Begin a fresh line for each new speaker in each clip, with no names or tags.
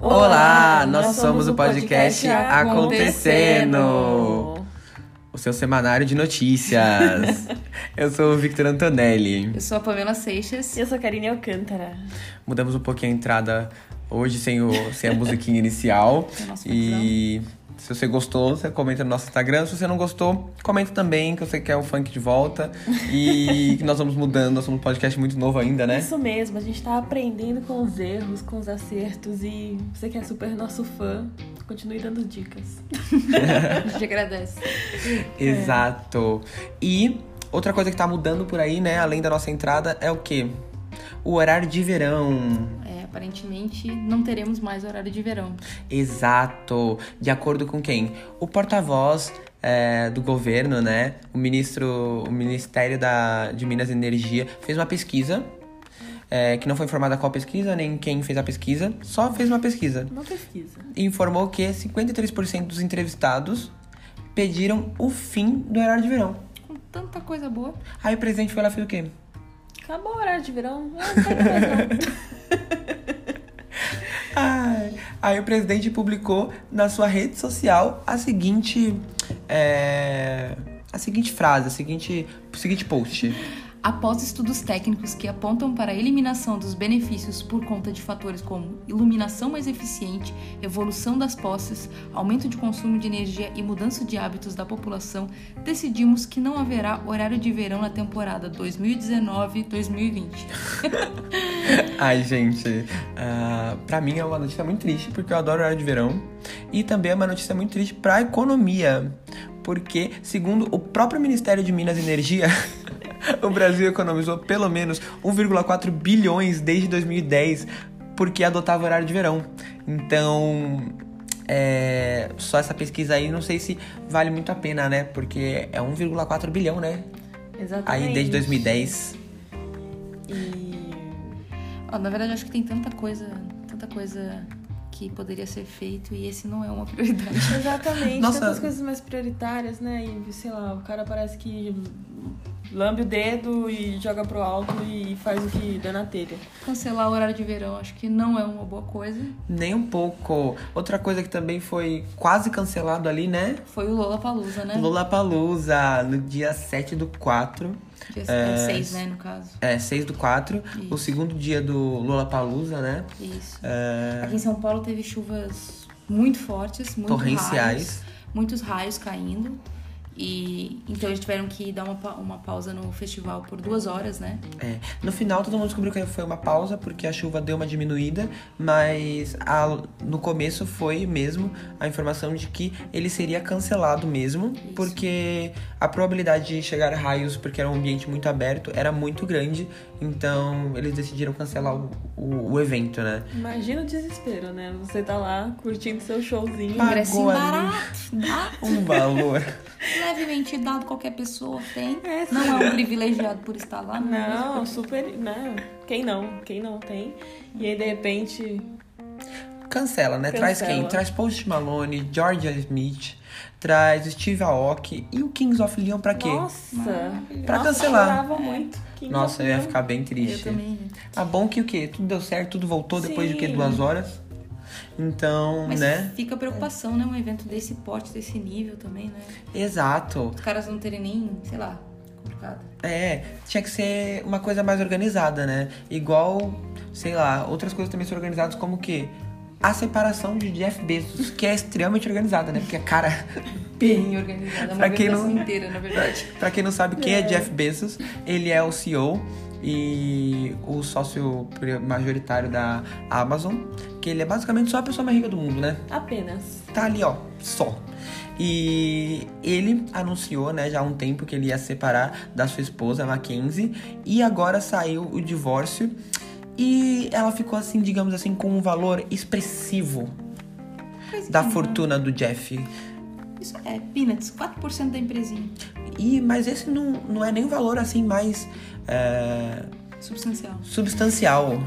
Olá, nós, somos o podcast Acontecendo. o seu semanário de notícias. Eu sou o Victor Antonelli.
Eu sou a Pamela Seixas.
Eu sou a Karine Alcântara.
Mudamos um pouquinho a entrada hoje sem, o, sem a musiquinha inicial.
É o nosso
E se você gostou, você comenta no nosso Instagram. Se você não gostou, comenta também que você quer o funk de volta. E que nós vamos mudando, nós somos um podcast muito novo ainda, né?
Isso mesmo, a gente tá aprendendo com os erros, com os acertos e você que é super nosso fã, continue dando dicas.
A gente agradece.
Exato. E outra coisa que tá mudando por aí, né, além da nossa entrada, é o quê? O horário de verão.
É, aparentemente não teremos mais horário de verão.
Exato. De acordo com quem? O porta-voz é, do governo, né? O ministro, o Ministério da, de Minas e Energia fez uma pesquisa. é, que não foi informada qual pesquisa, nem quem fez a pesquisa, só fez uma pesquisa.
Não pesquisa.
E informou que 53% dos entrevistados pediram o fim do horário de verão.
Com tanta coisa boa.
Aí o presidente foi lá e fez o quê?
Acabou o horário de verão. Ah, não tem o que fazer, não.
Ai, aí o presidente publicou na sua rede social a seguinte. é, a seguinte frase, a seguinte, o seguinte post.
Após estudos técnicos que apontam para a eliminação dos benefícios por conta de fatores como iluminação mais eficiente, evolução das posses, aumento de consumo de energia e mudança de hábitos da população, decidimos que não haverá horário de verão na temporada 2019-2020.
Ai, gente, ah, pra mim é uma notícia muito triste, porque eu adoro horário de verão. E também é uma notícia muito triste pra economia. Porque, segundo o próprio Ministério de Minas e Energia, o Brasil economizou pelo menos 1,4 bilhões desde 2010 porque adotava horário de verão. Então, é, só essa pesquisa aí, não sei se vale muito a pena, né? Porque é 1,4 bilhão, né?
Exatamente.
Aí desde 2010.
E
Ó, na verdade, eu acho que tem tanta coisa, tanta coisa que poderia ser feito e esse não é uma prioridade.
Exatamente.
Nossa.
Tantas coisas mais prioritárias, né? E sei lá, o cara parece que lambe o dedo e joga pro alto e faz o que dá na telha.
Cancelar o horário de verão acho que não é uma boa coisa.
Nem um pouco. Outra coisa que também foi quase cancelado ali, né?
Foi o Lola Palusa, né?
Lula Palusa, no dia 7 do 4.
Dia 6, né, no caso.
É, 6 do 4. O
Isso.
segundo dia do Lula Palusa, né?
Isso.
É.
Aqui em São Paulo teve chuvas muito fortes, muito
Torrenciais.
raios, muitos raios caindo. E então eles tiveram que dar uma, pa- uma pausa no festival por duas horas, né?
É. No final, todo mundo descobriu que foi uma pausa, porque a chuva deu uma diminuída, mas a- no começo foi mesmo a informação de que ele seria cancelado mesmo, porque a probabilidade de chegar raios, porque era um ambiente muito aberto, era muito grande, então eles decidiram cancelar o, o- o evento, né?
Imagina o desespero, né? Você tá lá curtindo seu showzinho.
Pá.
Ingressinho
Agora.
barato, dá,
Um valor.
levemente dado, qualquer pessoa tem.
É,
Não é um privilegiado por estar lá, não. é mesmo?
Não, super. Não. Quem não? Quem não tem? E aí, de repente,
Cancela, né? Traz
Cancela.
quem? Traz Post Malone, Georgia Smith, traz Steve Aoki e o Kings of Leon pra quê?
Nossa!
Pra
Nossa,
cancelar.
Eu chorava muito. Que
Nossa, eu ia ficar bem
Eu
triste.
também. né? ia.
Ah, bom que o quê? Tudo deu certo, tudo voltou depois de o quê?
Sim.
Duas horas? Então,
Mas
né?
fica a preocupação, né? Um evento desse porte, desse nível também, né?
Exato.
Os caras não terem nem, sei lá, complicado.
É, tinha que ser uma coisa mais organizada, né? Igual, sei lá, outras coisas também são organizadas como o quê? A separação de Jeff Bezos, que é extremamente organizada, né? Porque, cara,
Bem organizada, uma
Pra quem
organização inteira, na verdade.
Pra quem não sabe quem é. Jeff Bezos, ele é o CEO e o sócio pri- majoritário da Amazon, que ele é basicamente só a pessoa mais rica do mundo, né?
Apenas.
Tá ali, ó, só. E ele anunciou, né, já há um tempo que ele ia se separar da sua esposa, Mackenzie, e agora saiu o divórcio. E ela ficou assim, digamos assim, com um valor expressivo
Coisa
da
que não-
fortuna do Jeff.
Isso é, peanuts, 4% da empresinha.
E, mas esse não, não é nem um valor assim mais. é,
Substancial.
substancial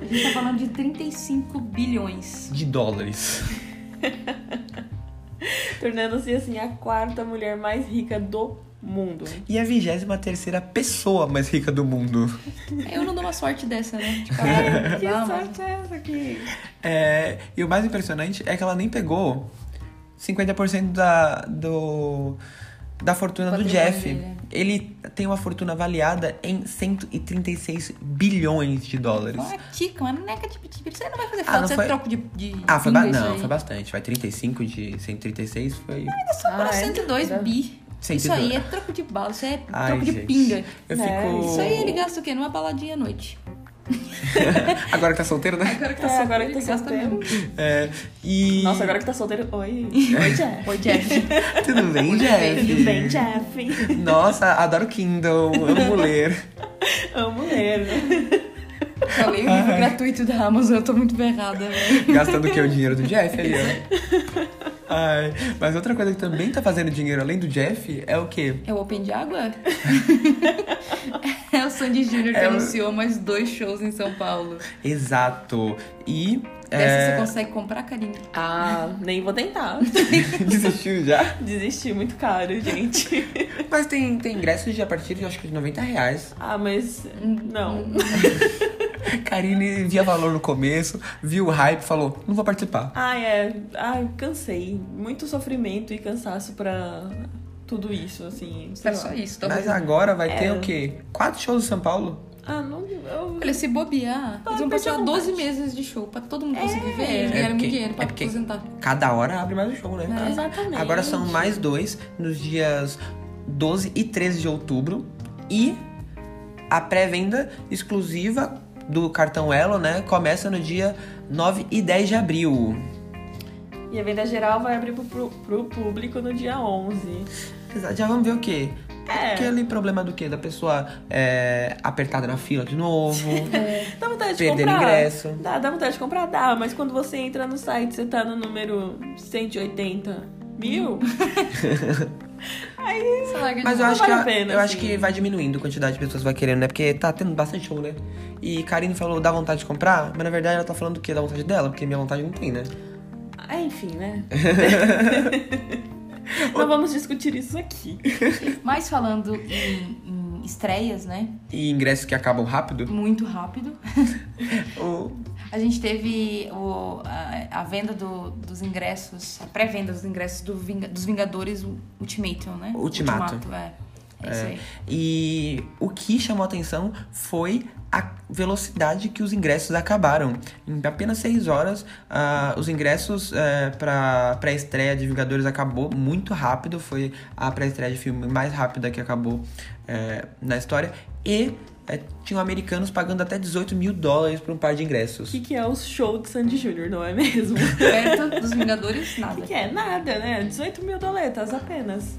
A gente tá falando de 35 bilhões.
de dólares.
Tornando-se assim a quarta mulher mais rica do mundo.
E é a 23 terceira pessoa mais rica do mundo.
Eu não dou uma sorte dessa, né? De
Cara,
cara,
que
dá, mas-
sorte é essa aqui?
É, e o mais impressionante é que ela nem pegou 50% da, do, da fortuna do
Patrimônio
Jeff.
dele, né?
Ele tem uma fortuna avaliada em 136 bilhões de dólares.
Uma tica, uma neca de pitibiri. Você não vai fazer
Ah,
falta,
não
você
foi-
troco de, de
Ah, foi ba-
pinga isso
não,
aí.
foi bastante. Vai 35 de 136 foi.
Sobrou
Ah, é?
102 bi. Isso
102.
aí é troco de bala, isso aí é
Ai,
troco de
gente.
pinga.
Eu fico.
É,
Isso aí ele gasta o quê? Numa baladinha à noite.
Agora que tá solteiro, né?
Agora que
É, agora que tá solteiro.
É, e.
Nossa, agora que tá solteiro. Oi. Oi, Jeff.
Oi, Jeff.
Tudo bem,
Tudo bem,
Jeff?
Tudo bem, Jeff?
Nossa, adoro Kindle, amo ler.
Amo ele.
Falei o livro gratuito da Amazon, eu tô muito ferrada, velho.
Gastando o que? O dinheiro do Jeff aí, ó. Ai, mas outra coisa que também tá fazendo dinheiro além do Jeff é o quê?
É o Open de Água? é o Sandy Júnior que
É o-
anunciou mais dois shows em São Paulo.
Exato. E.
Dessa você
É...
consegue comprar, Karine?
Ah, nem vou tentar.
Desistiu já?
Desisti, muito caro, gente.
Mas tem, tem ingressos de a partir de acho que de 90 reais.
Ah, mas. Não.
Karine via valor no começo, viu o hype, falou: não vou participar.
Ai, é. Ai, cansei. Muito sofrimento e cansaço pra tudo isso, assim. sei
Era
lá.
só isso. tá Tô...
Mas agora vai ter
É.
o quê? Quatro shows em São Paulo?
Ah, não. Eu...
Olha, se bobear, eles vão
perdi a
passar
vontade.
12 meses de show pra todo mundo conseguir ver. Eles
É
ganharam
porque-
muito dinheiro pra
é porque-
aposentar.
Cada hora abre mais um show, né?
É.
Exatamente.
Agora são mais dois nos dias 12 e 13 de outubro e a pré-venda exclusiva do cartão Elo, né, começa no dia 9 e 10 de abril.
E a venda geral vai abrir pro, pro, pro público no dia 11.
Já vamos ver o quê?
É.
Aquele problema do quê? Da pessoa é, apertada na fila de novo,
É.
Dá vontade É de
perdendo
comprar.
ingresso.
Dá, dá vontade de comprar, dá, mas quando você entra no site, você tá no número 180 mil.
Sei lá, um ganha
Mas eu
Não
acho,
vale
que,
a pena,
eu acho
assim.
que vai diminuindo a quantidade de pessoas que vai querendo, né? Porque tá tendo bastante show, né? E Karine falou, dá vontade de comprar, mas na verdade ela tá falando o quê? Da vontade dela, porque minha vontade não tem, né?
Ah, enfim, né? Não vamos discutir isso aqui.
Mas falando em, em estreias, né?
E ingressos que acabam rápido.
Muito rápido.
O-
A gente teve o- a, a venda do- dos ingressos, a pré-venda dos ingressos do Vinga- dos Vingadores Ultimatum, né?
Ultimato.
é. É isso aí.
E o que chamou atenção foi a velocidade que os ingressos acabaram. Em apenas seis horas, ah, os ingressos para para estreia de Vingadores acabou muito rápido. Foi a pré-estreia de filme mais rápida que acabou eh, na história. E eh, tinham americanos pagando até 18 mil dólares por um par de
O
ingressos.
que, que é o show de Sandy Júnior, não é mesmo? O
Perto dos Vingadores, nada.
que, que é? Nada, né? 18 mil doletas apenas.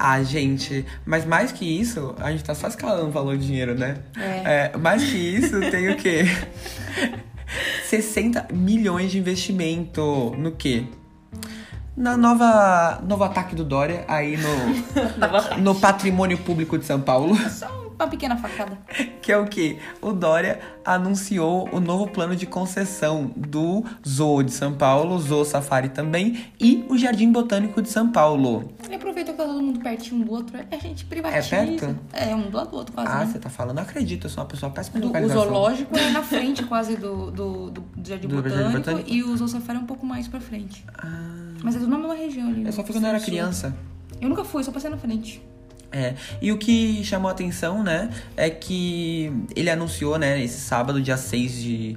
Ah, gente, mas mais que isso, a gente tá só escalando o valor de dinheiro, né?
É.
É, mais que isso, tem o quê? 60 milhões de investimento no quê? Na nova novo ataque do Dória aí no,
Tava-
no patrimônio público de São Paulo,
é?
Só uma pequena facada.
que é o quê? O Dória anunciou o novo plano de concessão do Zoo de São Paulo, Zoo Safari também e o Jardim Botânico de São Paulo.
E aproveita que tá todo mundo pertinho um do outro, a gente privatiza.
É perto?
É, um do lado do outro, quase.
Ah,
né?
você tá falando, não acredito, eu sou uma pessoa péssima de
Do- o
localização.
zoológico é na frente quase do, do, do, do Jardim
Do Jardim
Botânico,
Botânico?
e o Zoo Safari é um pouco mais pra frente.
Ah,
Mas é tudo na mesma região ali.
eu
né?
só fui quando eu era
Sul.
criança.
Eu nunca fui, só passei na frente.
É, e o que chamou a atenção, né, é que ele anunciou, né, esse sábado, dia 6 de,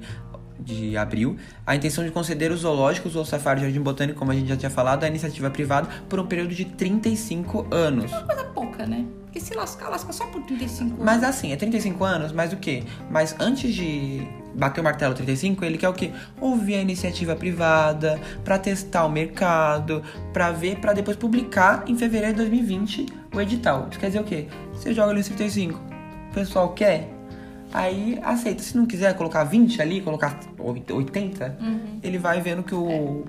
de abril, a intenção de conceder os zoológicos ou safari jardim botânico, como a gente já tinha falado, à iniciativa privada por um período de 35 anos.
Coisa pouca, né? Porque se lascar, lasca só por 35 anos.
Mas assim, é 35 anos, mas o quê? Mas antes de bater o martelo 35, ele quer o quê? Ouvir a iniciativa privada, pra testar o mercado, pra ver, pra depois publicar em fevereiro de 2020 o edital. Isso quer dizer o quê? Você joga ali os 35, o pessoal quer, aí aceita. Se não quiser colocar 20 ali, colocar 80, ele vai vendo que o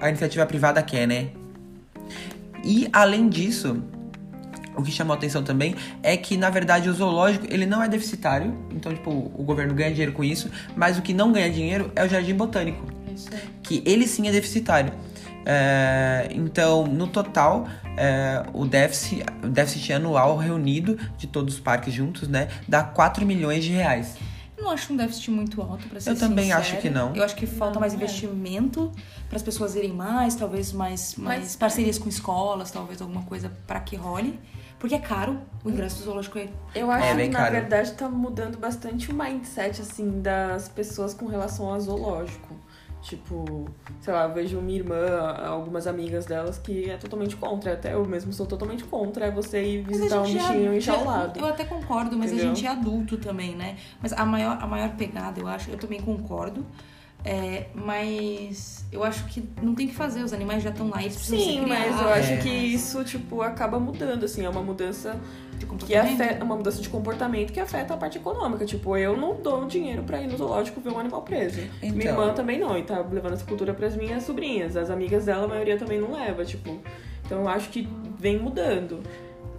a iniciativa privada quer, né? E além disso, o que chamou a atenção também é que, na verdade, o zoológico, ele não é deficitário. Então, tipo, o governo ganha dinheiro com isso. Mas o que não ganha dinheiro é o jardim botânico.
É isso aí.
Que ele sim é deficitário. É, então, no total, é, o, déficit, o déficit anual reunido de todos os parques juntos, né, dá 4 milhões de reais.
Eu não acho um déficit muito alto, pra ser
Eu também
sincera.
acho que não.
Eu acho que falta
Não,
mais
é.
investimento para as pessoas irem mais, talvez mais, mais
Mas- é.
parcerias com escolas, talvez alguma coisa para que role. Porque é caro, o ingresso do zoológico é
Eu acho
É,
que,
bem
na
caro.
verdade, tá mudando bastante o mindset, assim, das pessoas com relação ao zoológico. Tipo, sei lá, eu vejo minha irmã, algumas amigas delas que é totalmente contra. Até eu mesmo sou totalmente contra é você ir
Mas a
visitar um
gente já-
bichinho
já-
enjaulado.
Eu até concordo, mas a
Entendeu?
gente é adulto também, né? Mas a maior, a maior pegada, eu acho, eu também concordo. é, mas eu acho que não tem o que fazer, os animais já estão lá, eles precisam ser
Sim, mas eu
criados,
acho
É.
que
né?
isso, tipo, acaba mudando, assim, é uma mudança
De
que
comportamento.
afeta, uma mudança de comportamento que afeta a parte econômica. Tipo, eu não dou dinheiro pra ir no zoológico ver um animal preso.
Então.
Minha irmã também não, e tá levando essa cultura pras minhas sobrinhas. As amigas dela, a maioria também não leva, tipo. Então eu acho que vem mudando.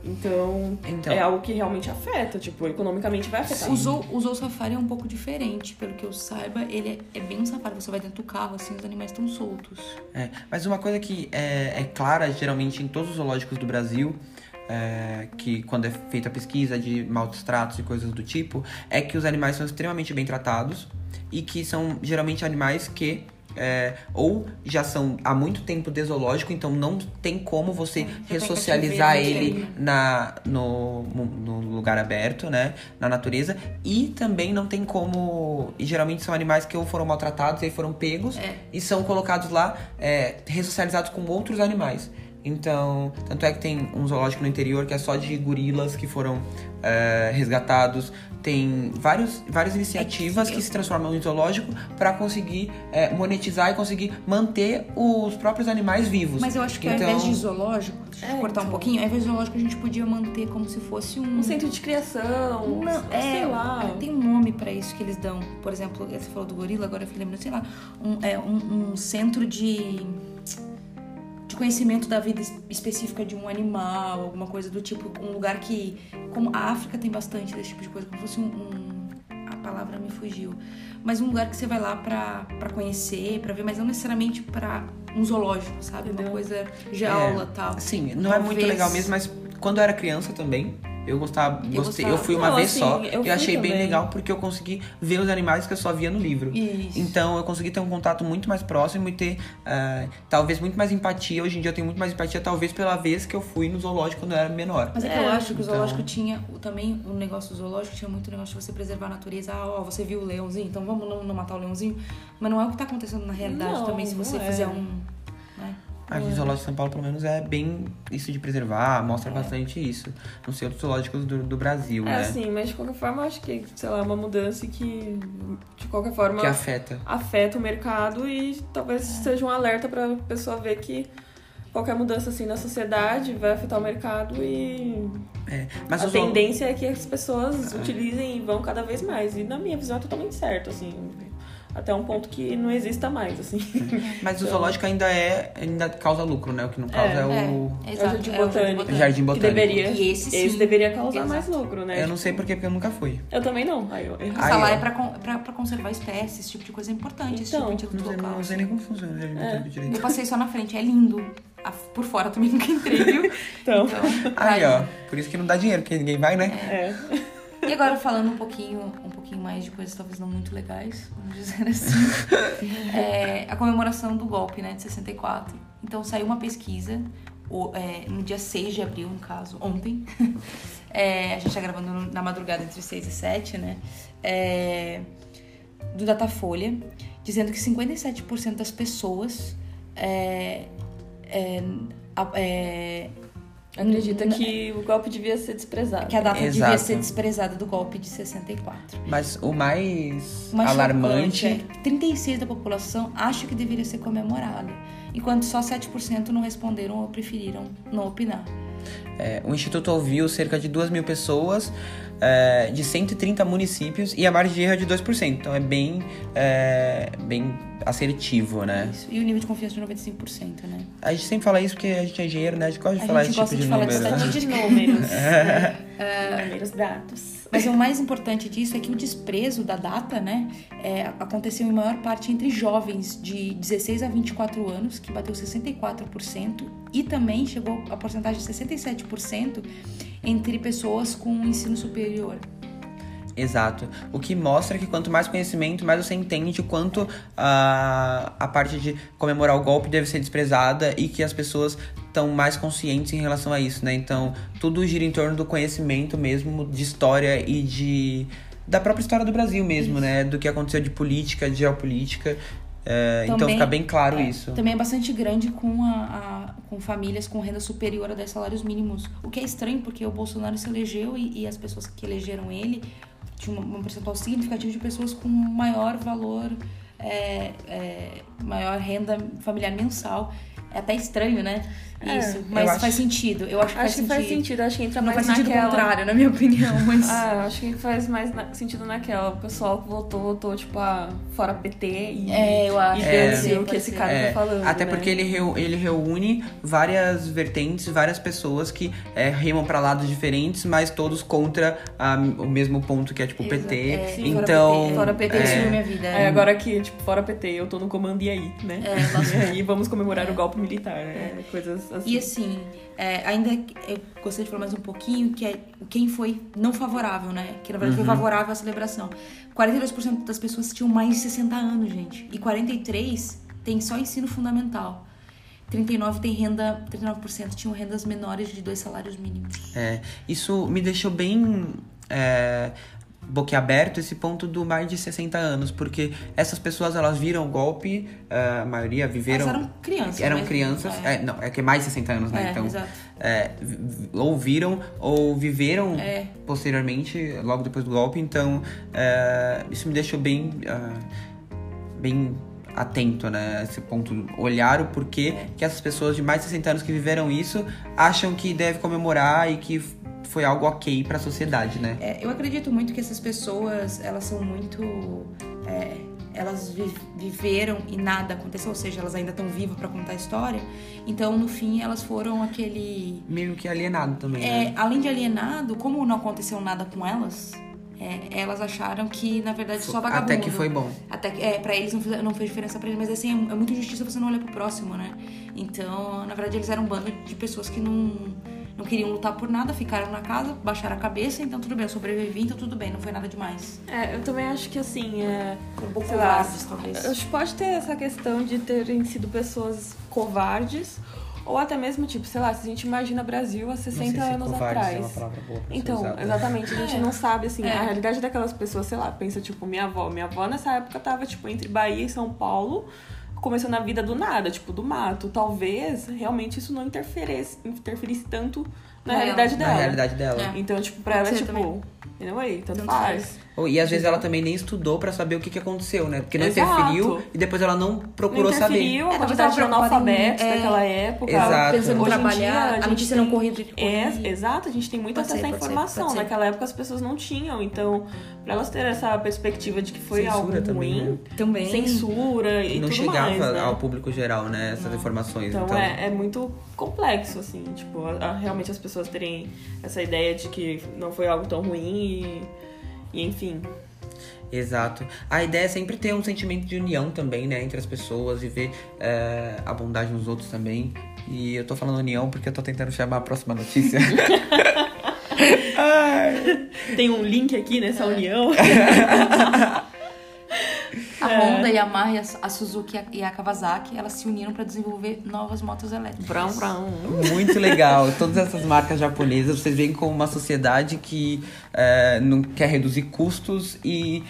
Então,
Então,
é algo que realmente afeta, tipo, economicamente vai afetar.
O Zoo, o Zoo Safari é um pouco diferente, pelo que eu saiba, ele é, é bem um safari, você vai dentro do carro, assim, os animais estão soltos.
É, mas uma coisa que é, é clara geralmente em todos os zoológicos do Brasil, é, que quando é feita a pesquisa de maus tratos e coisas do tipo, é que os animais são extremamente bem tratados e que são geralmente animais que é, ou já são há muito tempo de zoológico, então não tem como você
tem
ressocializar
cativeiro,
ele
né?
na, no, no lugar aberto, né? Na natureza. E também não tem como. E geralmente são animais que ou foram maltratados e aí foram pegos
É.
e são colocados lá, é, ressocializados com outros animais. Então, tanto é que tem um zoológico no interior que é só de gorilas que foram é, resgatados. Tem vários, várias iniciativas que se transformam em zoológico para conseguir é, monetizar e conseguir manter os próprios animais vivos.
Mas eu acho que ao
Então-
invés de zoológico, deixa eu
É,
cortar um
então.
pouquinho, ao invés de zoológico a gente podia manter como se fosse um...
Um centro de criação,
Não, é,
sei lá.
tem um nome pra isso que eles dão. Por exemplo, você falou do gorila, agora eu fiquei lembrando, sei lá, um, é, um, um centro de, de conhecimento da vida es- específica de um animal, alguma coisa do tipo, um lugar que. Como a África tem bastante desse tipo de coisa, como se fosse um. um- a palavra me fugiu. Mas um lugar que você vai lá pra, pra conhecer, pra ver, mas não necessariamente pra um zoológico, sabe? Uma
Entendeu?
coisa de aula e tal.
Sim, não é muito
Talvez-
legal mesmo, mas quando eu era criança também, eu gostava, gostei, eu,
gostava.
fui uma
Não,
vez
assim,
só,
eu
eu,
fui
achei bem
também.
legal porque eu consegui ver os animais que eu só via no livro.
Isso.
Então eu consegui ter um contato muito mais próximo e ter eh, talvez muito mais empatia. Hoje em dia eu tenho muito mais empatia, talvez pela vez que eu fui no zoológico quando eu era menor.
Mas é, que
É,
eu acho que o
então.
zoológico tinha o- também um negócio do zoológico, tinha muito negócio de você preservar a natureza. Ah, ó, você viu o leãozinho, então vamos não, não matar o leãozinho. Mas não é o que tá acontecendo na realidade
Não,
também, se
não
você
é.
fizer um. né?
Aqui no Zoológico de São Paulo, pelo menos, é bem isso de preservar, mostra bastante isso. Não sei outros zoológicos do, do Brasil,
É
né?
assim, mas de qualquer forma, eu acho que, sei lá, é uma mudança que, de qualquer forma,
Que afeta.
afeta o mercado e talvez seja um alerta para pessoa ver que qualquer mudança assim na sociedade vai afetar o mercado e
É. Mas
a
o zool-
tendência é que as pessoas utilizem e vão cada vez mais. E na minha visão é totalmente certo, assim. Até um ponto que não exista mais, assim.
Mas o
Então-
zoológico ainda é. ainda causa lucro, né? O que não causa é,
É,
o.
É,
o jardim
exato, é o jardim
botânico.
o
botânico.
Jardim
que
Botânico.
deveria.
E esse sim.
deveria causar
Exato.
mais lucro, né?
Eu não sei porquê, porque eu nunca fui.
Eu também não. Aí eu errei.
Ah,
Falar
é.
é pra, con- pra, pra conservar espécies, esse tipo de coisa é importante, esse
Então,
tipo de
Não sei,
local.
não sei nem como funciona o Jardim Botânico direito.
Eu passei só na frente, é lindo. A- Por fora também nunca entrei, viu?
Então,
Aí, ó. Por isso que não dá dinheiro, porque ninguém vai, né?
é.
E agora falando um pouquinho, um pouquinho mais de coisas talvez não muito legais, vamos dizer assim, é, a comemoração do golpe, né, de 64. Então saiu uma pesquisa o- é, no dia 6 de abril, no caso, ontem. É, a gente tá gravando no- na madrugada entre 6 e 7, né? É, do Datafolha, dizendo que 57% das pessoas é, é, a- é,
Acredita que o golpe devia ser desprezado.
que a data devia
Exato.
ser desprezada do golpe de 64.
Mas o mais,
mais
alarmante.
chocante é que 36% da população acha que deveria ser comemorada, enquanto só 7% não responderam ou preferiram não opinar.
É, o Instituto ouviu cerca de 2 mil pessoas é, de 130 municípios e a margem de erro é de 2%. Então é bem, é, bem assertivo, né?
Isso. E o nível de confiança de 95%, né?
A gente sempre fala isso porque a gente é engenheiro, né? A gente gosta de
A
falar
gente
esse
gosta
tipo
de
de,
falar
número,
de
né?
estatística.
Falando de números. né? Números, dados.
Mas o mais importante disso é que o desprezo da data, né, é, aconteceu em maior parte entre jovens de 16 a 24 anos, que bateu 64%, e também chegou a porcentagem de 67% entre pessoas com ensino superior.
Exato. O que mostra que quanto mais conhecimento, mais você entende o quanto ah, a parte de comemorar o golpe deve ser desprezada e que as pessoas estão mais conscientes em relação a isso, né? Então, tudo gira em torno do conhecimento mesmo, de história e de. da própria história do Brasil mesmo, né? Do que aconteceu de política, de geopolítica. É, então,
Também-
fica bem claro isso.
Também é bastante grande com, a, a- com famílias com renda superior a 10 salários mínimos. O que é estranho, porque o Bolsonaro se elegeu e, e as pessoas que elegeram ele tinham um, um percentual significativo de pessoas com maior valor, é, é, maior renda familiar mensal. É até estranho, né?
É,
Isso,
eu
mas
acho-
faz sentido. Eu acho que faz
Acho que faz
sentido.
sentido, acho que entra
Não
mais
faz sentido o
naquela.
contrário, na minha opinião, mas...
Ah, acho que faz mais na- sentido naquela. O pessoal que votou, votou, tipo, ah, fora PT e.
É, eu acho.
E
pode
Deus
ser,
e o que
pode
esse
ser.
cara
É,
tá falando.
Até
né?
porque ele, reu- ele reúne várias vertentes, várias pessoas que é, remam pra lados diferentes, mas todos contra a- o mesmo ponto que é tipo o PT.
Exato. É, sim, fora
então,
PT, Fora PT, isso
é,
é minha vida.
Aí agora que, tipo, fora PT, eu tô no comando e aí, né?
É, nossa. É.
E aí vamos comemorar o golpe militar, né? Coisas assim.
E assim, é, ainda eu gostaria de falar mais um pouquinho que é quem foi não favorável, né? Que na verdade foi favorável à celebração. 42% das pessoas tinham mais de 60 anos, gente. E 43 tem só ensino fundamental. 39 tem renda, 39% tinham rendas menores de dois salários mínimos.
É, isso me deixou bem é, boquiaberto esse ponto do mais de 60 anos, porque essas pessoas elas viram o golpe, é, a maioria viveram.
Elas eram crianças.
Eram
mas-
crianças,
É,
é, não, é que é mais de 60 anos, né?
É,
então,
exato.
é, vi- vi- ou viram ou viveram
É.
posteriormente, logo depois do golpe, então é, isso me deixou bem, ah, bem atento, né? Esse ponto, olhar o porquê
É.
que essas pessoas de mais de 60 anos que viveram isso acham que deve comemorar e que f- foi algo ok pra sociedade, né?
É, eu acredito muito que essas pessoas, elas são muito. é, elas vi- viveram e nada aconteceu, ou seja, elas ainda estão vivas pra contar a história. Então, no fim, elas foram aquele.
Meio que alienado também, né?
É, além de alienado, como não aconteceu nada com elas, é, elas acharam que, na verdade, só vagabundo.
Até que foi bom.
Até que, é, pra eles não fez, não fez diferença pra eles, mas assim, é muita injustiça você não olhar pro próximo, né? Então, na verdade, eles eram um bando de pessoas que não, não queriam lutar por nada, ficaram na casa, baixaram a cabeça, então tudo bem, eu sobrevivi, então tudo bem, não foi nada demais.
É, eu também acho que assim, é,
Foram um pouco
Sei lá,
covardes, talvez.
acho que pode ter essa questão de terem sido pessoas covardes, ou até mesmo, tipo, sei lá, se a gente imagina Brasil há 60 anos atrás.
é palavra boa pra
Então, exatamente, a gente não sabe, assim,
É.
a realidade daquelas pessoas, sei lá, pensa, tipo, minha avó. Minha avó nessa época tava, tipo, entre Bahia e São Paulo, começando a vida do nada, tipo, do mato. Talvez realmente isso não interferisse, interferisse tanto na
Não,
realidade
Na
dela.
realidade dela.
É.
Então, tipo, pra
Pode
ela,
ser
tipo, anyway, tanto,
Tanto
faz.
Ou- E às vezes ela também nem estudou pra saber o que, que aconteceu, né? Porque não
Exato.
interferiu e depois ela não procurou
não
saber.
interferiu
É,
a
talvez
quantidade de
ela preocupada em-
analfabetos
é.
daquela época.
Exato.
Pensando em
Hoje em
trabalhar,
dia,
a
gente
notícia não
tem-
corrida de
É, exato, a gente tem muita
Pode ser,
acesso à
pode ser,
informação.
pode ser.
Naquela época as pessoas não tinham, então, pra elas terem essa perspectiva de que foi
Censura
algo
também,
ruim,
Também. né?
censura e
não
tudo
chegava
mais, né?
ao público geral, né? Essas informações. Então,
Então, É, é muito complexo, assim, tipo, a- a- realmente as pessoas terem essa ideia de que não foi algo tão ruim e, e enfim.
Exato. A ideia é sempre ter um sentimento de união também, né? Entre as pessoas e ver é, a bondade nos outros também. E eu tô falando união porque eu tô tentando chamar a próxima notícia.
Tem um link aqui
É.
nessa união.
A Honda, a Yamaha, e a a Suzuki e a Kawasaki, elas se uniram pra desenvolver novas motos elétricas.
Brão, brão.
Muito legal. Todas essas marcas japonesas, vocês veem como uma sociedade que é, não quer reduzir custos e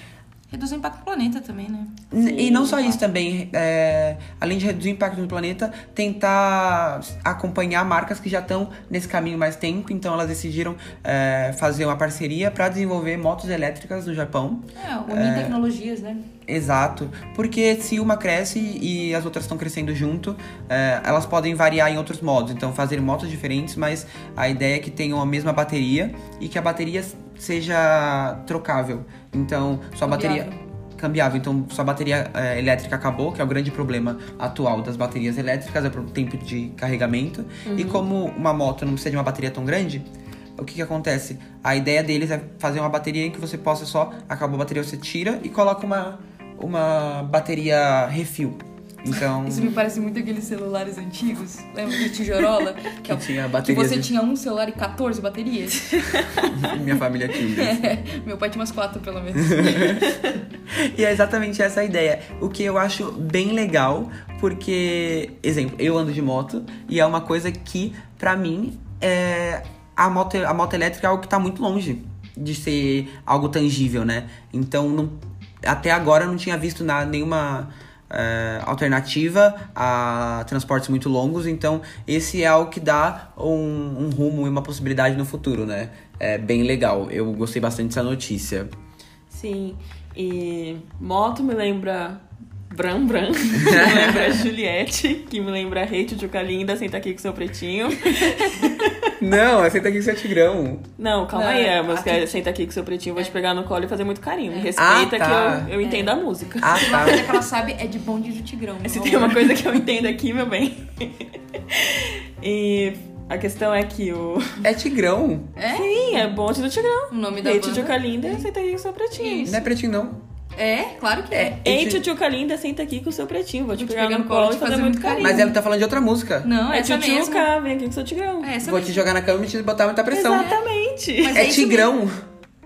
Reduzir o impacto do planeta também, né?
N- E não só isso também, é, além de reduzir o impacto no planeta, tentar acompanhar marcas que já estão nesse caminho mais tempo. Então elas decidiram é, fazer uma parceria para desenvolver motos elétricas no Japão.
É, unir tecnologias, né?
Exato, porque se uma cresce e as outras estão crescendo junto, é, elas podem variar em outros modos, então fazer motos diferentes, mas a ideia é que tenham a mesma bateria e que a bateria seja trocável. Então, sua bateria
Cambiável.
cambiável. Então, sua bateria eh, elétrica acabou, que é o grande problema atual das baterias elétricas, é o tempo de carregamento.
Uhum.
E como uma moto não precisa de uma bateria tão grande, o que, que acontece? A ideia deles é fazer uma bateria em que você possa só. Acabou a bateria, você tira e coloca uma, uma bateria refil. Então.
Isso me parece muito aqueles celulares antigos. Lembra do tijorola? Que, é
Que
o-
tinha
que
baterias.
você tinha um celular e 14 baterias?
Minha família né? tinha.
É, meu pai tinha umas quatro, pelo menos.
E é exatamente essa a ideia. O que eu acho bem legal, porque, exemplo, eu ando de moto e é uma coisa que, pra mim, é a moto, a moto elétrica é algo que tá muito longe de ser algo tangível, né? Então, não- até agora eu não tinha visto na- nenhuma é, alternativa a transportes muito longos, então esse é algo que dá um, um rumo e uma possibilidade no futuro, né? É bem legal. Eu gostei bastante dessa notícia.
Sim, e moto me lembra Bram Bram, me lembra Juliette, que me lembra Rachel de Ocalinda, senta aqui com seu pretinho.
Não, aceita aqui que você é tigrão.
Não, calma
Não,
aí,
é-
a música
aqui-
é É. senta aqui com seu pretinho, vou te pegar no colo e fazer muito carinho. Me
Ah,
respeita
tá.
que eu, eu entendo a música.
Ah,
Se uma
tá.
coisa que ela sabe é de bonde do Tigrão.
Se
não
um-
tem uma coisa que eu entendo aqui, meu bem. e a questão é que o.
É tigrão.
É?
Sim, é bonde do Tigrão.
O nome da
Eite de
banda.
Ocalinda, senta aqui com seu pretinho.
Não é pretinho, não.
É, claro que é.
Eite de Ocalinda, senta aqui com seu pretinho, vou te pegar no colo e fazer muito carinho.
Mas ela tá falando de outra música.
Não,
É
essa mesmo.
tchutchuca, vem aqui com seu Tigrão.
É essa
Vou te
mesmo.
jogar na cama e te botar muita pressão.
Exatamente.
Mas
É
isso
tigrão.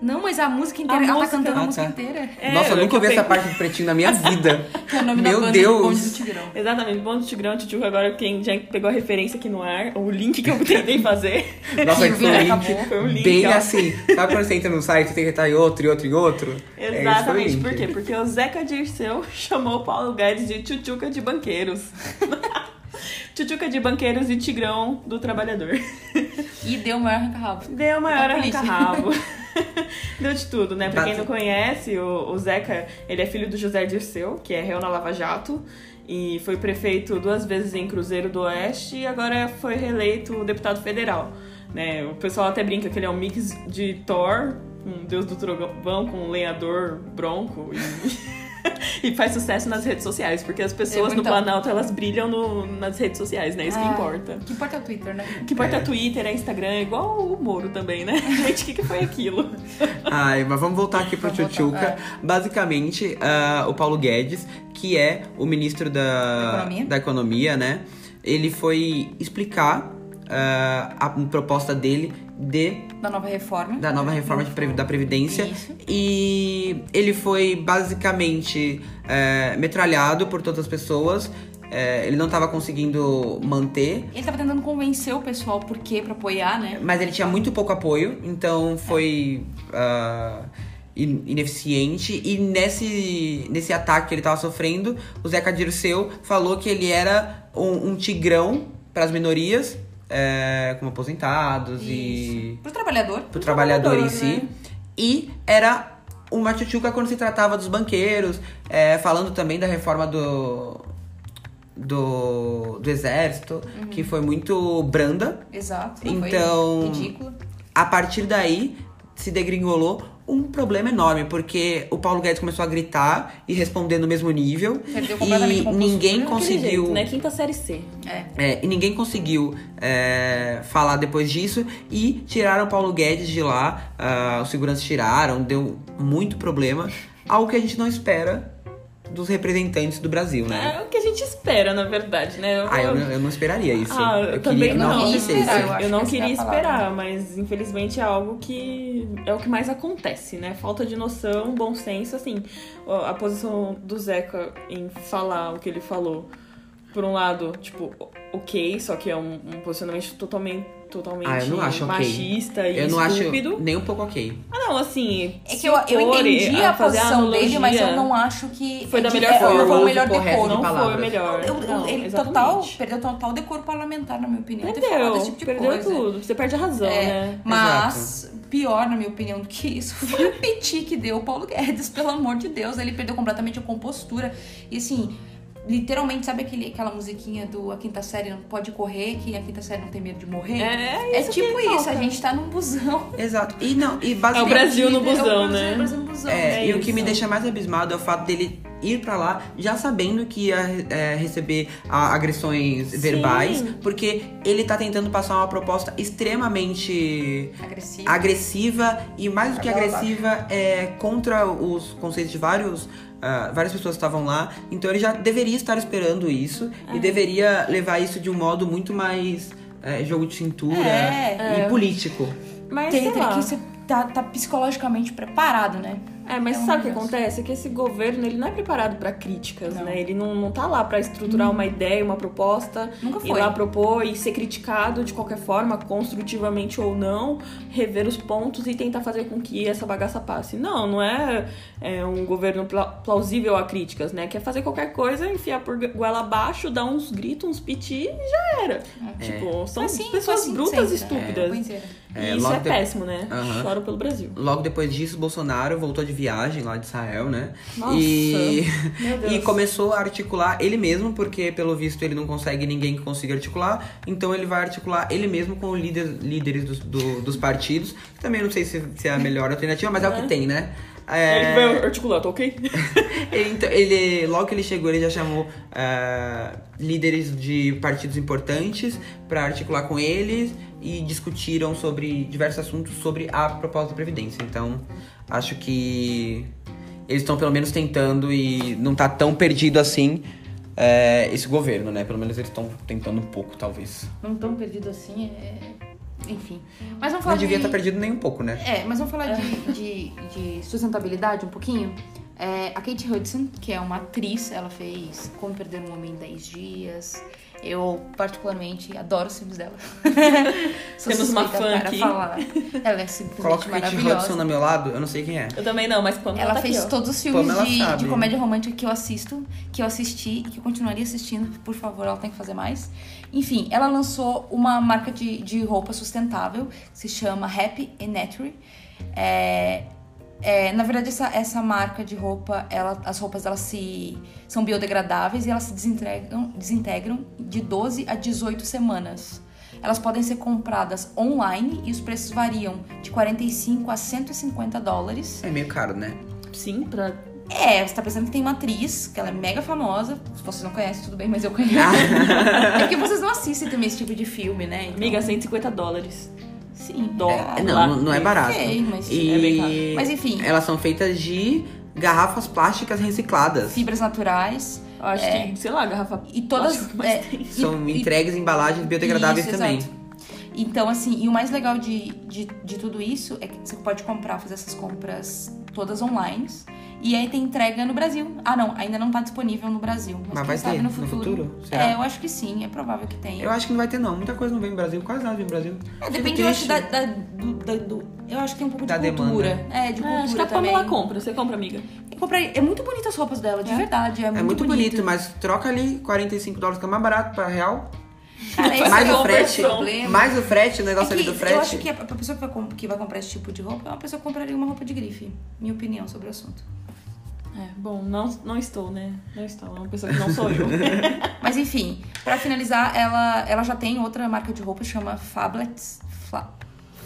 Não, mas a música inteira,
A
ela
música.
tá cantando
Ah,
a música
tá.
inteira.
É,
Nossa, eu
é
nunca
que
ouvi
tenho-
essa parte do pretinho na minha vida.
Que é o nome da
Meu
banda
Deus.
de bonde do Tigrão.
Exatamente, bom do Tigrão, Tchutchuca, agora quem já pegou a referência aqui no ar, ou o link que eu tentei fazer.
Nossa,
Que
que
o
foi
vídeo
um
acabou.
link
Foi um link,
bem
ó.
assim. Sabe quando você entra num site, tem que entrar em outro, e outro, e outro? É, esse foi o
Exatamente,
link.
por quê? Porque o Zeca Dirceu chamou o Paulo Guedes de Tchutchuca de banqueiros. Tchutchuca de banqueiros e Tigrão do trabalhador.
E deu o maior arranca-rabo.
Deu maior
Da polícia.
arranca-rabo. Deu de tudo, né? Pra quem não
Bate-
conhece, o, o Zeca, ele é filho do José Dirceu, que é réu na Lava Jato. E foi prefeito duas vezes em Cruzeiro do Oeste e agora foi reeleito deputado federal. Né? O pessoal até brinca que ele é um mix de Thor, um deus do trovão com um lenhador bronco e... e faz sucesso nas redes sociais, porque as pessoas no
bonitão.
Planalto, elas brilham no- nas redes sociais, né? Isso que
Ah,
importa.
O que importa É é o Twitter, né?
Que importa
É.
é Twitter, é Instagram, é igual o Moro também, né? Gente, o que, que foi aquilo?
Ai, mas vamos voltar aqui pro
Vamos voltar, é.
Tchutchuca. Basicamente, ah, o Paulo Guedes, que é o ministro da,
Da Economia.
Economia, né? Ele foi explicar ah, a proposta dele de
Da nova reforma.
da nova reforma de previ- da Previdência.
Isso.
E ele foi basicamente é, metralhado por todas as pessoas. É, ele não estava conseguindo manter,
Ele tava tentando convencer o pessoal por quê, pra apoiar, né?
mas ele tinha muito pouco apoio, então foi ah, in- ineficiente. E nesse, nesse ataque que ele estava sofrendo, o Zeca Dirceu falou que ele era um, um tigrão para as minorias, é, como aposentados e
Isso. Pro trabalhador. né?
pro trabalhador, em si.
trabalhador,
E era uma tchutchuca quando se tratava dos banqueiros, é, falando também da reforma do. Do, do exército, que foi muito branda.
Exato. não foi
Então-
Ridículo.
A partir daí, se degringolou um problema enorme, porque o Paulo Guedes começou a gritar e responder no mesmo nível.
Perdeu completamente a
E
compostura.
ninguém
Daquele
conseguiu.
né? Quinta série C.
É.
É, e ninguém conseguiu é, falar depois disso e tiraram o Paulo Guedes de lá, ah, os seguranças tiraram, deu muito problema, algo que a gente não espera dos representantes do Brasil, né?
É o que a gente espera, na verdade, né?
Ah, eu, não- eu não esperaria isso.
Ah, eu
eu queria
também
que não
não.
acontecesse.
Esperar, eu acho.
Eu não
que essa é a
queria
palavra.
esperar, mas infelizmente é algo que é o que mais acontece, né? Falta de noção, bom senso, assim, ó, a posição do Zeca em falar o que ele falou. Por um lado, tipo, ok, só que é um, um posicionamento totalmente, totalmente
Ah, eu não acho ok.
machista e
Eu não acho
estúpido.
nem um pouco ok.
Ah, não, assim.
É
se
que eu, eu
for,
entendi
eh,
a
fazer
posição dele, mas eu
analogia,
não acho que.
Foi da
é,
melhor
é,
forma,
Não foi o
ou
melhor
correto,
decoro.
de
Não foi
palavras.
o melhor.
Eu- eu-
Não,
ele
exatamente.
total, perdeu total decoro parlamentar, na minha opinião. ter falado
Perdeu,
esse tipo de
perdeu
coisa.
tudo. Você perde a razão,
É,
né?
Mas, pior, na minha opinião, do que isso, foi o piti que deu o Paulo Guedes, pelo amor de Deus. Ele perdeu completamente a compostura. E assim, literalmente, sabe aquele, aquela musiquinha do A Quinta Série não pode correr, que a Quinta Série não tem medo de morrer?
É,
É
isso que
tipo isso,
toca.
a gente tá num busão.
Exato. E não, e
É o
basicamente.
Brasil no
É o
busão,
Brasil,
né?
é o Brasil no busão.
É,
É
e o que
isso.
me
então.
deixa mais abismado é o fato dele ir pra lá já sabendo que ia é, receber a- agressões
Sim.
verbais, porque ele tá tentando passar uma proposta extremamente
Agressivo.
agressiva e mais do que
Aquela
agressiva é contra os conceitos de vários ah, várias pessoas que estavam lá, então ele já deveria estar esperando isso
É.
e deveria levar isso de um modo muito mais é, jogo de cintura
É.
e político.
Mas
Tem,
sei
tem
lá.
que você tá, tá psicologicamente preparado, né?
É, mas
Pelo
sabe o que
amor de Deus.
acontece? É que esse governo, ele não é preparado pra críticas,
Não. Uhum.
né? Ele não, não tá lá pra estruturar uma ideia, uma proposta,
Nunca
ir
foi.
lá propor e ser criticado de qualquer forma, construtivamente ou não, rever os pontos e tentar fazer com que essa bagaça passe. Não, não é, é, um governo pla- plausível a críticas, né? Quer fazer qualquer coisa, enfiar por gu- goela abaixo, dar uns gritos, uns piti e já era. Tipo, são
Assim,
pessoas
assim
brutas e
sempre, né?
estúpidas.
Pois é.
É,
e isso
logo
é
de-
péssimo, né?
Aham.
Choro pelo Brasil.
Logo depois disso, Bolsonaro voltou de viagem lá de Israel, né?
Nossa.
E...
Meu Deus.
e começou a articular ele mesmo, porque pelo visto ele não consegue ninguém que consiga articular. Então ele vai articular ele mesmo com os líder, líderes dos, do- dos partidos. Também não sei se, se é a melhor alternativa, mas é, o que tem, né? É,
Ele vai articular, tá ok?
ele, então, ele- logo que ele chegou, ele já chamou ah, líderes de partidos importantes pra articular com eles e discutiram sobre diversos assuntos sobre a proposta da Previdência. Então, acho que eles estão pelo menos tentando e não tá tão perdido assim eh, esse governo, né? Pelo menos eles estão tentando um pouco, talvez.
Não tão perdido assim, é... Enfim. Mas vamos falar
Não devia
de-
estar perdido nem um pouco, né?
É, mas vamos falar de, de- de sustentabilidade um pouquinho? É, a Kate Hudson, que é uma atriz, ela fez Como Perder um Homem em 10 Dias. Eu, particularmente, adoro os filmes dela. Sou
Temos uma
suspeita
fã
para
aqui.
Falar. Ela é simplesmente
Coloca o Kate Hudson
maravilhosa.
do meu lado, eu não sei quem é.
Eu também não, mas Pamela
Ela
tá aqui,
fez
ó.
todos os filmes
Pamela
de,
sabe.
de comédia romântica que eu assisto, que eu assisti e que eu continuaria assistindo. Por favor, ela tem que fazer mais. Enfim, ela lançou uma marca de, de roupa sustentável, que se chama Happy and Natural. É, é, na verdade, essa, essa marca de roupa, ela- as roupas elas se, são biodegradáveis e elas se desentregam- desintegram de 12 a 18 semanas. Elas podem ser compradas online e os preços variam de 45 a 150 dólares.
É meio caro, né?
Sim, pra.
É, você tá pensando que tem uma atriz, que ela é mega famosa. Se vocês não conhecem, tudo bem, mas eu conheço.
Ah.
é porque vocês não assistem também esse tipo de filme, né? Então,
Amiga, 150 dólares.
sim.
Dólar.
É, não, não é barato.
Ok, mas
E-
é bem caro.
Mas enfim.
Elas são feitas de garrafas plásticas recicladas.
Fibras naturais.
Eu acho que, sei lá, garrafa.
E É. todas.
plástica, mas
é,
tem.
e-
São
e-
entregues em embalagens biodegradáveis
Isso,
também.
exato. Então, assim, e o mais legal de, de, de tudo isso é que você pode comprar, fazer essas compras todas online. E aí tem entrega no Brasil. Ah, não, ainda não tá disponível no Brasil. Mas,
Mas
quem
vai
sabe
ter
no futuro.
Será?
É, eu acho que sim, é provável que tenha.
Eu acho que não vai ter, não. Muita coisa não vem no Brasil, quase nada vem no Brasil.
É,
Fico
depende, eu acho,
triste.
da, da- do, da- do- Eu acho que tem um pouco
Da
de cultura. É, de
É,
cultura
acho que a
também.
Pamela compra. Você compra, amiga?
Eu comprei... É muito bonita as roupas dela, de
É?
verdade. É,
É muito bonito, mas troca ali 45 dólares, que é mais barato pra real.
Cara, esse
mais
é
o
o
frete.
problema.
Mais o frete, o
É
negócio
que
ali do frete.
Eu acho que a a pessoa que vai, com- que vai comprar esse tipo de roupa é uma pessoa que compraria uma roupa de grife. Minha opinião sobre o assunto.
É, bom, não, não estou, né? Não estou. É uma pessoa que não sou eu.
Mas enfim, pra finalizar, ela, ela já tem outra marca de roupa, chama Fablets. Fla,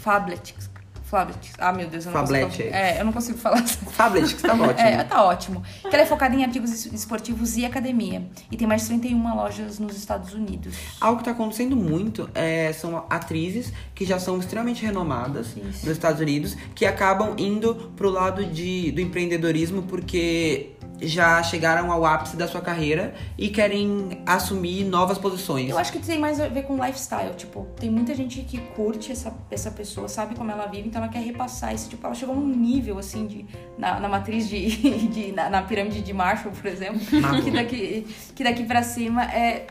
Fabletics. Fabletics. Ah, meu Deus, eu não consigo.
Fabletics.
É, eu não consigo falar essa
Tablet, que tá ótimo.
É, tá ótimo. Que ela é focada em artigos es- esportivos e academia. E tem mais de 31 lojas nos Estados Unidos.
Algo que tá acontecendo muito é, são atrizes que já são extremamente renomadas
Isso.
nos Estados Unidos, que acabam indo pro lado de, do empreendedorismo porque já chegaram ao ápice da sua carreira e querem assumir novas posições.
Eu acho que tem mais a ver com lifestyle. Tipo, tem muita gente que curte essa, essa pessoa, sabe como ela vive, então ela quer repassar isso. Tipo, ela chegou a um nível, assim, de, na, na matriz de. de- na, na pirâmide de Marshall, por exemplo,
Marshall.
que daqui, que daqui pra cima é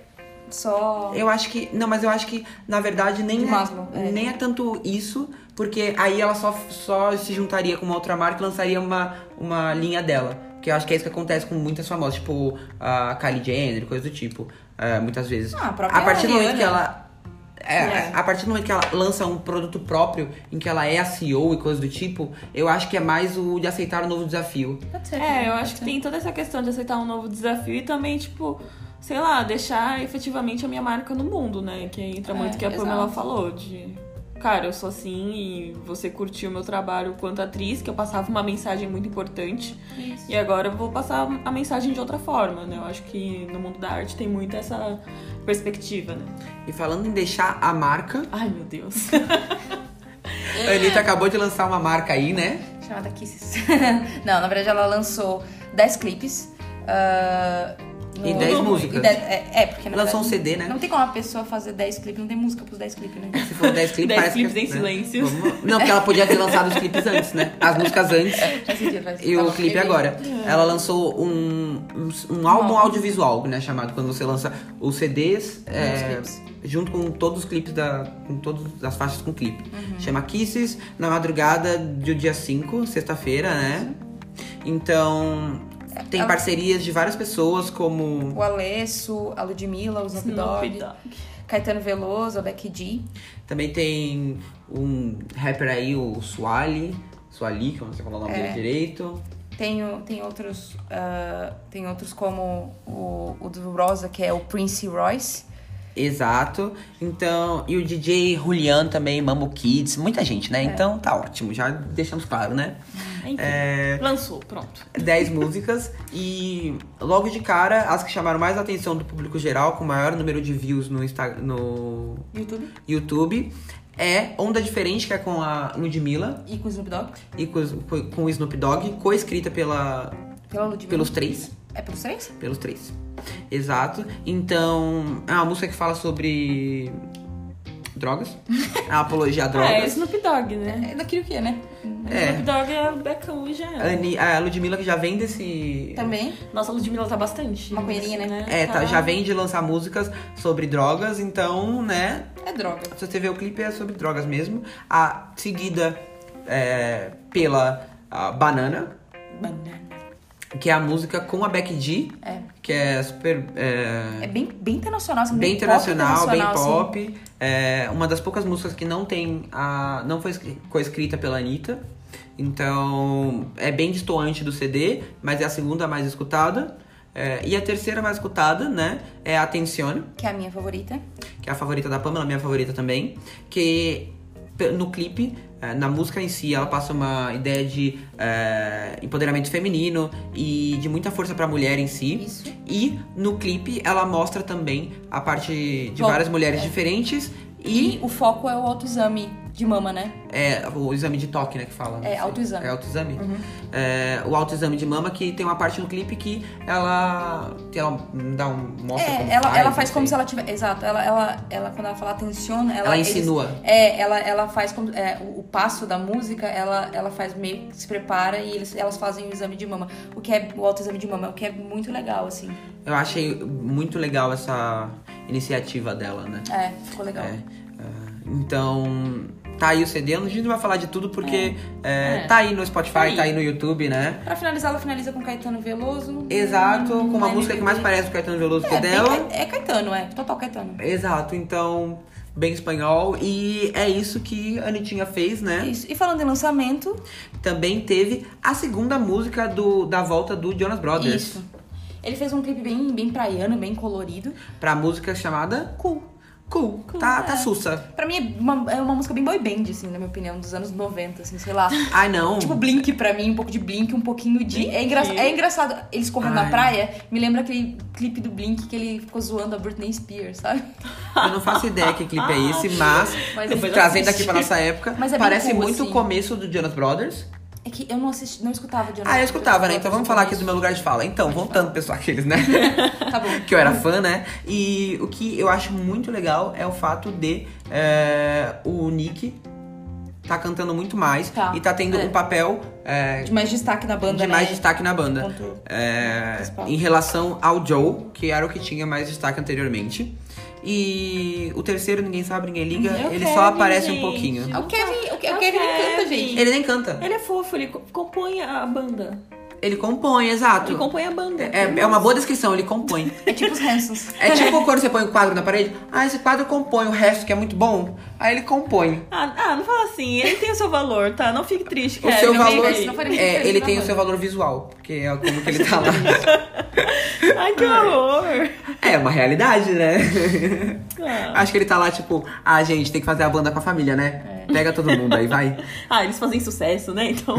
só.
Eu acho que. Não, mas eu acho que, na verdade, nem,
De Maslow,
é,
é.
nem é tanto isso, porque aí ela só, só se juntaria com uma outra marca e lançaria uma, uma linha dela. Que eu acho que é isso que acontece com muitas famosas, tipo a Kylie Jenner, coisa do tipo. é, muitas vezes.
Ah, a própria
a partir do momento
Ariana.
que ela. é, A partir do momento que ela lança um produto próprio, em que ela é a CEO e coisas do tipo, eu acho que é mais o de aceitar o novo desafio.
Pode ser.
É,
também,
eu
pode
acho que
ser.
tem toda essa questão de aceitar um novo desafio e também, tipo, sei lá, deixar efetivamente a minha marca no mundo, né? Que entra
É,
muito o que a Pamela
exato.
falou, de. Cara, eu sou assim e você curtiu meu trabalho quanto atriz, que eu passava uma mensagem muito importante.
Isso.
E agora eu vou passar a mensagem de outra forma, né? Eu acho que no mundo da arte tem muito essa perspectiva, né?
E falando em deixar a marca,
Ai, meu Deus.
É.
a Anitta acabou de lançar uma marca aí, né?
Chamada Kisses. Não, na verdade ela lançou 10 clipes. ah,
E 10 músicas.
e dez- é, é, porque na
Lançou um
verdade,
CD, né?
Não tem como uma pessoa fazer 10 clipes, não tem música pros 10 clipes, né?
Se for 10 clipes,
10
parece que-
clipes em
né?
silêncio.
Vamos- Não, porque ela podia ter lançado os clipes antes, né? As músicas antes.
Faz sentido, faz
E o
tava É.
clipe
bem-
agora. Ela lançou um, um, um álbum audiovisual, né? Chamado quando você lança os CDs é,
clipes.
junto com todos os clipes da. com todas as faixas com clipe.
Uhum.
Chama Kisses na madrugada do dia 5, sexta-feira, né? Então. Tem
Ela-
parcerias de várias pessoas, como.
O Alesso, a Ludmilla, o Snoop Dogg, Caetano Veloso, a Becky G.
Também tem um rapper aí, o Suali. Suali, que eu não sei falar o nome
É.
dele direito.
Tem, o- tem outros. ah, tem outros como o, o do Rosa, que é o Prince Royce.
Exato. Então, e o DJ Julian também, Mambo Kids, muita gente,
É.
né? Então tá ótimo, já deixamos claro, né?
Ah, Enfim,
É,
lançou, pronto.
10 músicas e logo de cara, as que chamaram mais a atenção do público geral, com maior número de views no, Insta no
YouTube.
YouTube, é Onda Diferente, que é com a Ludmilla
E com o Snoop Dogg.
e com, com o Snoop Dogg, co-escrita pela,
Pela Ludmilla.
pelos três.
É pelos três?
Pelos três. Exato. Então, é uma música que fala sobre drogas. É uma apologia a
Ah,
É,
drogas.
Snoop Dogg, né?
É daquilo que é, né?
É.
Snoop Dogg é becão e já
A
é.
Ani- A Ludmilla que já vem desse.
Também.
Nossa, a Ludmilla tá bastante.
Maconheirinha, né?
É, tá, já vem de lançar músicas sobre drogas, então, né?
É droga.
Se você ver o clipe é sobre drogas mesmo. A seguida é, pela a Banana,
Banana.
que é a música com a Becky G,
É.
que é super. é,
É bem, bem internacional, assim,
bem internacional, bem
internacional, assim.
pop. É uma das poucas músicas que não tem a não foi escri- coescrita pela Anitta. Então, é bem distoante do CD, mas é a segunda mais escutada. É, e a terceira mais escutada, né, é a Atencione,
Que é a minha favorita.
que é a favorita da Pamela, minha favorita também, que pe- no clipe, eh, na música em si, ela passa uma ideia de eh, empoderamento feminino e de muita força pra mulher em si.
Isso.
E no clipe ela mostra também a parte de
Bom, é.
várias mulheres diferentes
E
e
o foco é o autoexame de mama, né?
é, o exame de toque, né, que fala. não
É,
sei.
autoexame.
É
Uhum.
autoexame. É, o autoexame de mama que tem uma parte no clipe que ela, que ela dá um mostra
é,
como
ela,
faz,
ela
não
faz como
sei.
se ela tivesse. Exato, ela, ela, ela quando ela fala atenciona, ela.
Ela
eles-
insinua.
é, ela, ela faz como. é, o, o passo da música, ela, ela faz meio que se prepara e eles, elas fazem o exame de mama. O que é o autoexame de mama, o que é muito legal, assim.
Eu achei muito legal essa iniciativa dela, né?
É, ficou legal.
É, ah, Então, tá aí o CD. A gente não vai falar de tudo porque é,
É.
tá aí no Spotify,
Aí.
tá aí no YouTube, né?
Pra finalizar, ela finaliza com Caetano Veloso.
Exato, com uma
Hum,
música que mais parece o Caetano Veloso que
É,
é
bem
dela.
Ca- é Caetano, é. Total Caetano.
Exato, então, bem espanhol. E é isso que a Anitinha fez, né?
Isso. E falando em lançamento,
Também teve a segunda música do, da volta do Jonas Brothers.
isso. Ele fez um clipe bem, bem praiano, bem colorido.
Pra música chamada
Cool.
Cool.
Cool,
tá,
é.
tá sussa.
Pra mim é uma, é uma música bem boy band, assim, na minha opinião, dos anos 90, assim, sei lá.
Ai, não.
Tipo Blink pra mim, um pouco de Blink, um pouquinho de. É, engra... é engraçado. Eles correndo
Ai.
na praia, me lembra aquele clipe do Blink que ele ficou zoando a Britney Spears, sabe?
Eu não faço ideia que clipe é esse, mas,
Mas
depois
trazendo
assiste.
aqui pra nossa época,
Mas é bem
parece
cool,
muito o
assim.
começo do Jonas Brothers.
É que eu não assisti, não escutava Jonathan.
Ah, eu escutava, né? Então vamos falar aqui do meu lugar de fala. Então, voltando, pessoal, aqueles, né?
Tá bom.
que eu era fã, né? E o que eu acho muito legal é o fato de é, o Nick tá cantando muito mais
Tá.
e tá tendo
É.
um papel é,
De mais destaque na banda,
de
né?
mais destaque na banda.
Ponto
É,
principal.
em relação ao Joe, que era o que tinha mais destaque anteriormente. E o terceiro, ninguém sabe, ninguém liga,
Eu
ele
quero,
só aparece um
gente.
pouquinho.
Ah, O Kevin, o Ke- o Kevin
Ah,
ele canta,
Kevin.
gente.
Ele nem canta.
Ele é fofo, ele co- compõe a banda.
Ele compõe, exato.
Ele compõe a banda.
É, é uma boa descrição, ele compõe.
É tipo os Hansons.
É tipo quando você põe um quadro na parede. Ah, esse quadro compõe o resto que é muito bom. Aí ele compõe.
Ah, ah, não fala assim. Ele tem o seu valor, tá? Não fique triste,
O
cara.
seu
Não
valor.
fique-
não faria
é,
isso,
ele
não,
tem o
mano.
seu valor visual, porque é como que ele tá lá.
Ai, que horror.
É uma realidade, né?
Ah.
Acho que ele tá lá, tipo, ah, gente, tem que fazer a banda com a família, né?
É.
Pega todo mundo aí, vai.
Ah, eles fazem sucesso, né? Então.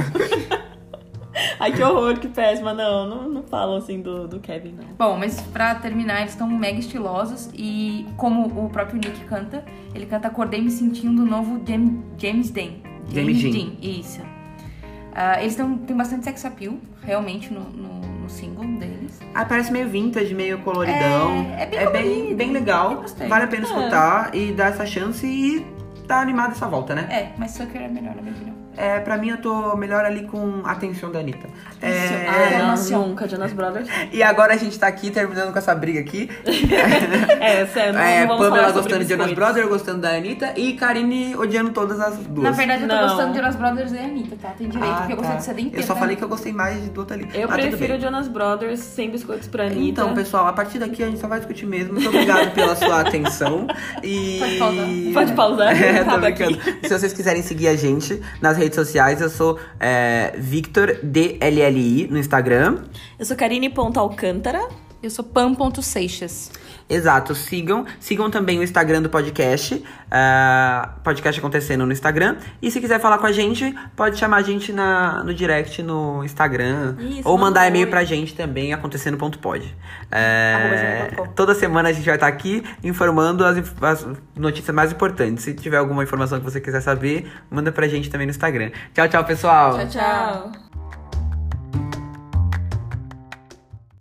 Ai, que horror, que péssima. Não, não, não falam assim do, do Kevin, não.
Bom, mas pra terminar, eles estão mega estilosos e como o próprio Nick canta, ele canta Acordei Me Sentindo o novo Jam- James Dean.
James Dean.
Isso. Ah, eles tão, tem bastante sex appeal, realmente, no, no- no single deles.
Ah, parece meio vintage, meio coloridão.
É, é bem
bem,
colorido.
bem
Eu
legal.
gostei. É.
Vale a pena escutar e dar essa chance e tá animada essa volta, né?
É, mas Sucker é melhor, na minha opinião.
É, pra mim eu tô melhor ali com atenção da Anitta. É,
Ah,
Nossa.
não, nunca, Jonas Brothers.
e agora a gente tá aqui terminando com essa briga aqui.
É, sério, não,
é,
não vamos
Pamela
falar sobre
gostando de Jonas
biscoitos.
Brothers, eu gostando da Anitta e Karine odiando todas as duas.
Na verdade, eu tô
Não.
gostando de Jonas Brothers e Anitta, tá? Tem direito,
Ah,
porque eu gostei
tá.
do CD inteiro.
Eu só
né?
falei que eu gostei mais do outro ali.
Eu
Mas tudo
prefiro
bem.
Jonas Brothers sem biscoitos pra tá? Anitta.
Então, pessoal, a partir daqui a gente só vai discutir mesmo. Muito obrigado pela sua atenção. E...
Pode pausar.
Pode pausar.
É, tô
Acaba aqui.
brincando. Se vocês quiserem seguir a gente nas redes sociais, eu sou é, Victor DLLI no Instagram.
Eu sou Karine Ponta Alcântara.
Eu sou pan.seixas.
Exato, sigam. Sigam também o Instagram do podcast. ah, podcast acontecendo no Instagram. E se quiser falar com a gente, pode chamar a gente na, no direct no Instagram.
Isso,
ou
manda
mandar
um
e-mail
oi.
pra gente também, acontecendo.pod. É,
Arroba gmail.com.
toda semana a gente vai estar aqui informando as, inf- as notícias mais importantes. Se tiver alguma informação que você quiser saber, manda pra gente também no Instagram. Tchau, tchau, pessoal.
Tchau, tchau.